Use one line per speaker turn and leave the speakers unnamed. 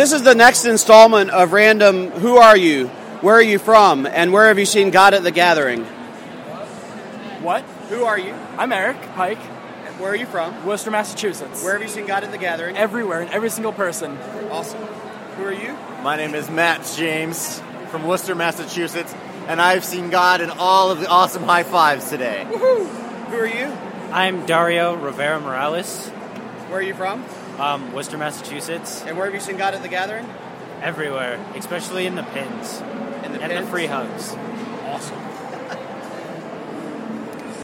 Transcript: This is the next installment of Random Who Are You? Where Are You From? And Where Have You Seen God at the Gathering?
What?
Who are you?
I'm Eric Pike,
Where are you from?
Worcester, Massachusetts.
Where have you seen God at the Gathering?
Everywhere, in every single person.
Awesome. Who are you?
My name is Matt James from Worcester, Massachusetts, and I've seen God in all of the awesome high fives today.
Who are you?
I'm Dario Rivera Morales,
Where are you from?
um, Worcester, Massachusetts.
And where have you seen God at the Gathering?
Everywhere, especially in the pins
In the
and
pins?
the free hugs.
Awesome.